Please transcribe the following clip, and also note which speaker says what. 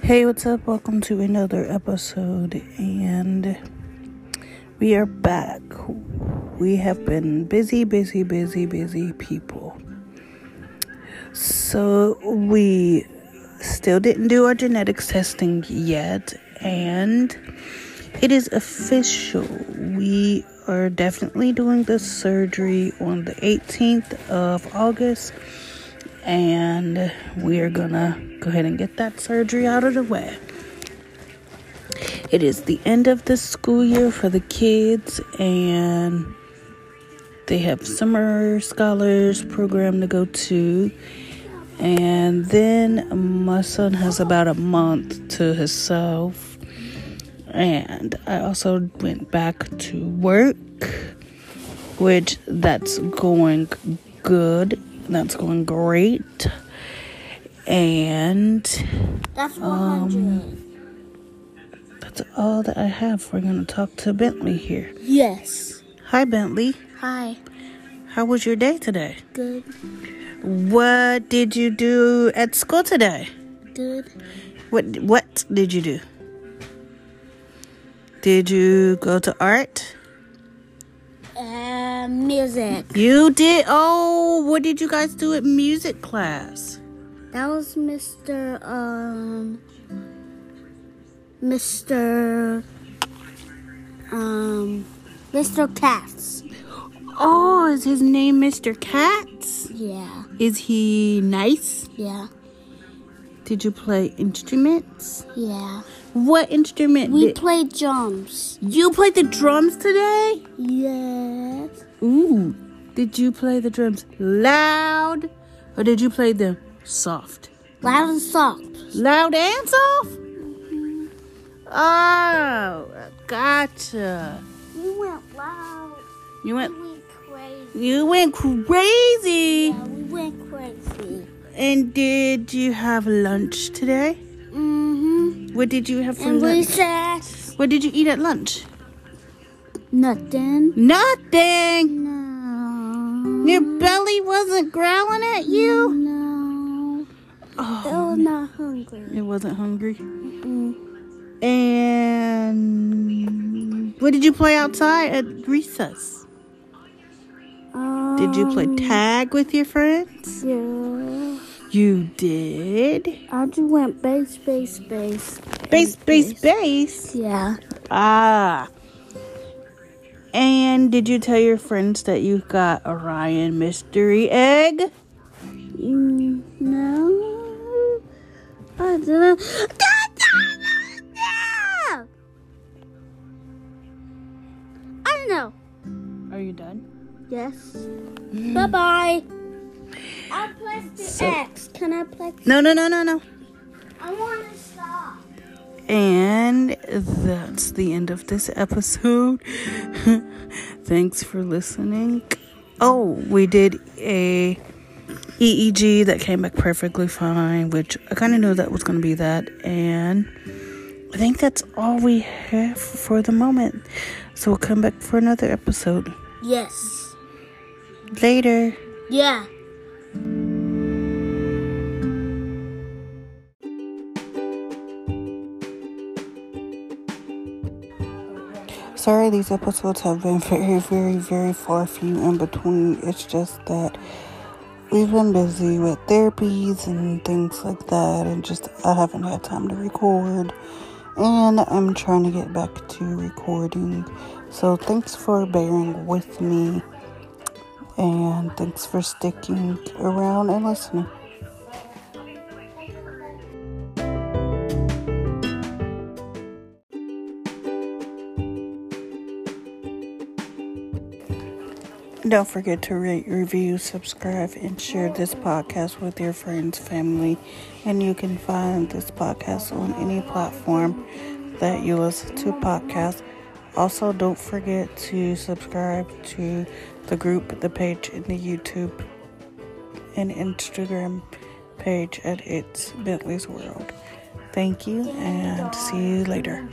Speaker 1: Hey, what's up? Welcome to another episode, and we are back. We have been busy, busy, busy, busy people. So, we still didn't do our genetics testing yet, and it is official. We are definitely doing the surgery on the 18th of August and we are gonna go ahead and get that surgery out of the way. It is the end of the school year for the kids, and they have summer scholars program to go to. And then my son has about a month to himself. And I also went back to work, which that's going good. That's going great. And
Speaker 2: That's 100.
Speaker 1: that's all that I have. We're going to talk to Bentley here.
Speaker 2: yes.
Speaker 1: Hi, Bentley.
Speaker 2: Hi.
Speaker 1: How was your day today?
Speaker 2: Good.
Speaker 1: What did you do at school today?
Speaker 2: Good.
Speaker 1: What what did you do? Did you go to art?
Speaker 2: Uh, music.
Speaker 1: You did. Oh, what did you guys do at music class?
Speaker 2: That was Mr. Um. Mr. Um. Mr. Katz.
Speaker 1: Oh, is his name Mr. Katz?
Speaker 2: Yeah.
Speaker 1: Is he nice?
Speaker 2: Yeah.
Speaker 1: Did you play instruments?
Speaker 2: Yeah.
Speaker 1: What instrument?
Speaker 2: We
Speaker 1: did-
Speaker 2: played drums.
Speaker 1: you played the drums today?
Speaker 2: Yes.
Speaker 1: Ooh, did you play the drums loud or did you play them soft?
Speaker 2: Loud and soft.
Speaker 1: Loud and soft? Oh, gotcha.
Speaker 2: We went loud.
Speaker 1: You went
Speaker 2: went crazy.
Speaker 1: you went crazy.
Speaker 2: we went crazy.
Speaker 1: And did you have lunch today?
Speaker 2: Mm-hmm.
Speaker 1: What did you have for
Speaker 2: And
Speaker 1: lunch?
Speaker 2: recess.
Speaker 1: What did you eat at lunch?
Speaker 2: Nothing.
Speaker 1: Nothing.
Speaker 2: No.
Speaker 1: Your belly wasn't growling at you?
Speaker 2: No.
Speaker 1: Oh,
Speaker 2: Still not hungry.
Speaker 1: it wasn't hungry.
Speaker 2: Mm.
Speaker 1: And what did you play outside at recess?
Speaker 2: Um,
Speaker 1: Did you play tag with your friends?
Speaker 2: Yeah.
Speaker 1: You did.
Speaker 2: I just went base, base, base.
Speaker 1: Base, base, base.
Speaker 2: Yeah.
Speaker 1: Ah. And did you tell your friends that you got Orion mystery egg?
Speaker 2: Mm, no. I didn't. I don't know.
Speaker 1: Are you done?
Speaker 2: Yes. Bye bye. I pressed Mm. the X. Can I press?
Speaker 1: No, no, no, no, no.
Speaker 2: I want to stop.
Speaker 1: And that's the end of this episode. Thanks for listening. Oh, we did a EEG that came back perfectly fine, which I kind of knew that was going to be that. And I think that's all we have for the moment. So we'll come back for another episode
Speaker 2: Yes.
Speaker 1: later.
Speaker 2: Yeah.
Speaker 1: Sorry, these episodes have been very, very, very far few in between. It's just that we've been busy with therapies and things like that, and just I haven't had time to record. And I'm trying to get back to recording. So thanks for bearing with me, and thanks for sticking around and listening. Don't forget to rate, review, subscribe, and share this podcast with your friends, family, and you can find this podcast on any platform that you listen to podcasts. Also, don't forget to subscribe to the group, the page, and the YouTube and Instagram page at It's Bentley's World. Thank you, and see you later.